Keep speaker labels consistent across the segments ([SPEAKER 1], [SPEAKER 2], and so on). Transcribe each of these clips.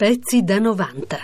[SPEAKER 1] Pezzi da 90.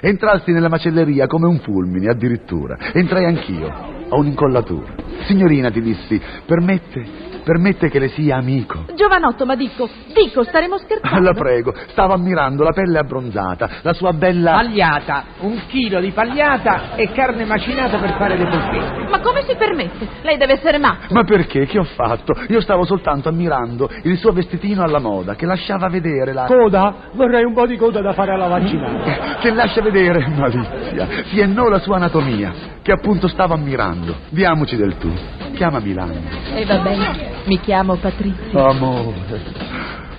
[SPEAKER 2] Entrasti nella macelleria come un fulmine, addirittura. Entrai anch'io. Ho un'incollatura. Signorina, ti dissi, permette, permette che le sia amico.
[SPEAKER 3] Giovanotto, ma dico, dico, staremo scherzando.
[SPEAKER 2] La prego, stavo ammirando la pelle abbronzata, la sua bella.
[SPEAKER 4] Pagliata, un chilo di pagliata e carne macinata per fare le polpette.
[SPEAKER 3] Ma come si permette? Lei deve essere matta.
[SPEAKER 2] Ma perché? Che ho fatto? Io stavo soltanto ammirando il suo vestitino alla moda, che lasciava vedere la.
[SPEAKER 5] Coda? Vorrei un po' di coda da fare alla vaccinata.
[SPEAKER 2] che lascia vedere malizia, sì e no la sua anatomia, che appunto stavo ammirando. Diamoci del tu. Chiamami Lando.
[SPEAKER 3] E Eh, va bene, mi chiamo Patrizia.
[SPEAKER 2] Amore.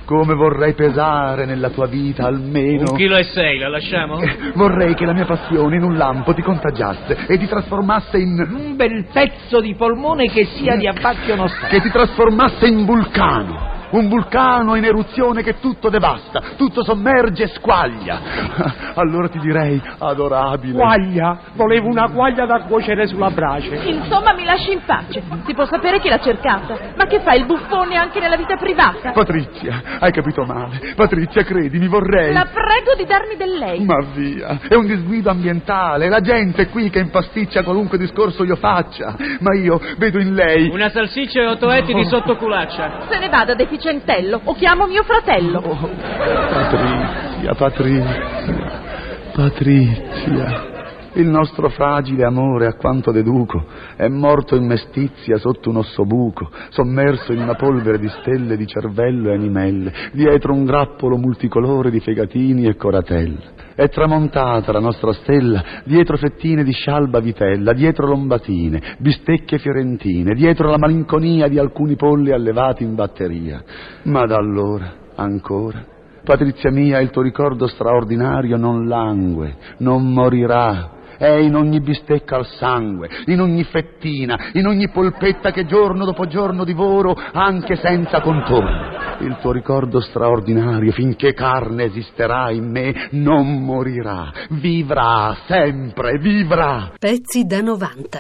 [SPEAKER 2] Come vorrei pesare nella tua vita almeno.
[SPEAKER 6] Un chilo e sei, la lasciamo?
[SPEAKER 2] Vorrei che la mia passione in un lampo ti contagiasse e ti trasformasse in.
[SPEAKER 4] Un bel pezzo di polmone che sia di abbacchio
[SPEAKER 2] che
[SPEAKER 4] nostalgico.
[SPEAKER 2] ti trasformasse in vulcano. Un vulcano in eruzione che tutto devasta, tutto sommerge e squaglia. Allora ti direi, adorabile.
[SPEAKER 5] Quaglia? Volevo una quaglia da cuocere sulla brace.
[SPEAKER 3] Insomma, mi lasci in pace. Si può sapere chi l'ha cercata. Ma che fa il buffone anche nella vita privata?
[SPEAKER 2] Patrizia, hai capito male. Patrizia, credimi, vorrei.
[SPEAKER 3] La prego di darmi del lei.
[SPEAKER 2] Ma via, è un disguido ambientale. La gente è qui che impasticcia qualunque discorso io faccia. Ma io vedo in lei.
[SPEAKER 6] Una salsiccia e otto etti di sottoculaccia.
[SPEAKER 3] Se ne vada, deficientello, o chiamo mio fratello.
[SPEAKER 2] Oh, Patrizia, Patrizia, Patrizia. Il nostro fragile amore, a quanto deduco, è morto in mestizia sotto un ossobuco, sommerso in una polvere di stelle di cervello e animelle, dietro un grappolo multicolore di fegatini e coratelle. È tramontata la nostra stella dietro fettine di scialba vitella, dietro lombatine, bistecche fiorentine, dietro la malinconia di alcuni polli allevati in batteria. Ma da allora, ancora, Patrizia mia, il tuo ricordo straordinario non langue, non morirà. È in ogni bistecca al sangue, in ogni fettina, in ogni polpetta che giorno dopo giorno divoro, anche senza contorno. Il tuo ricordo straordinario, finché carne esisterà in me, non morirà. Vivrà sempre, vivrà.
[SPEAKER 1] Pezzi da 90.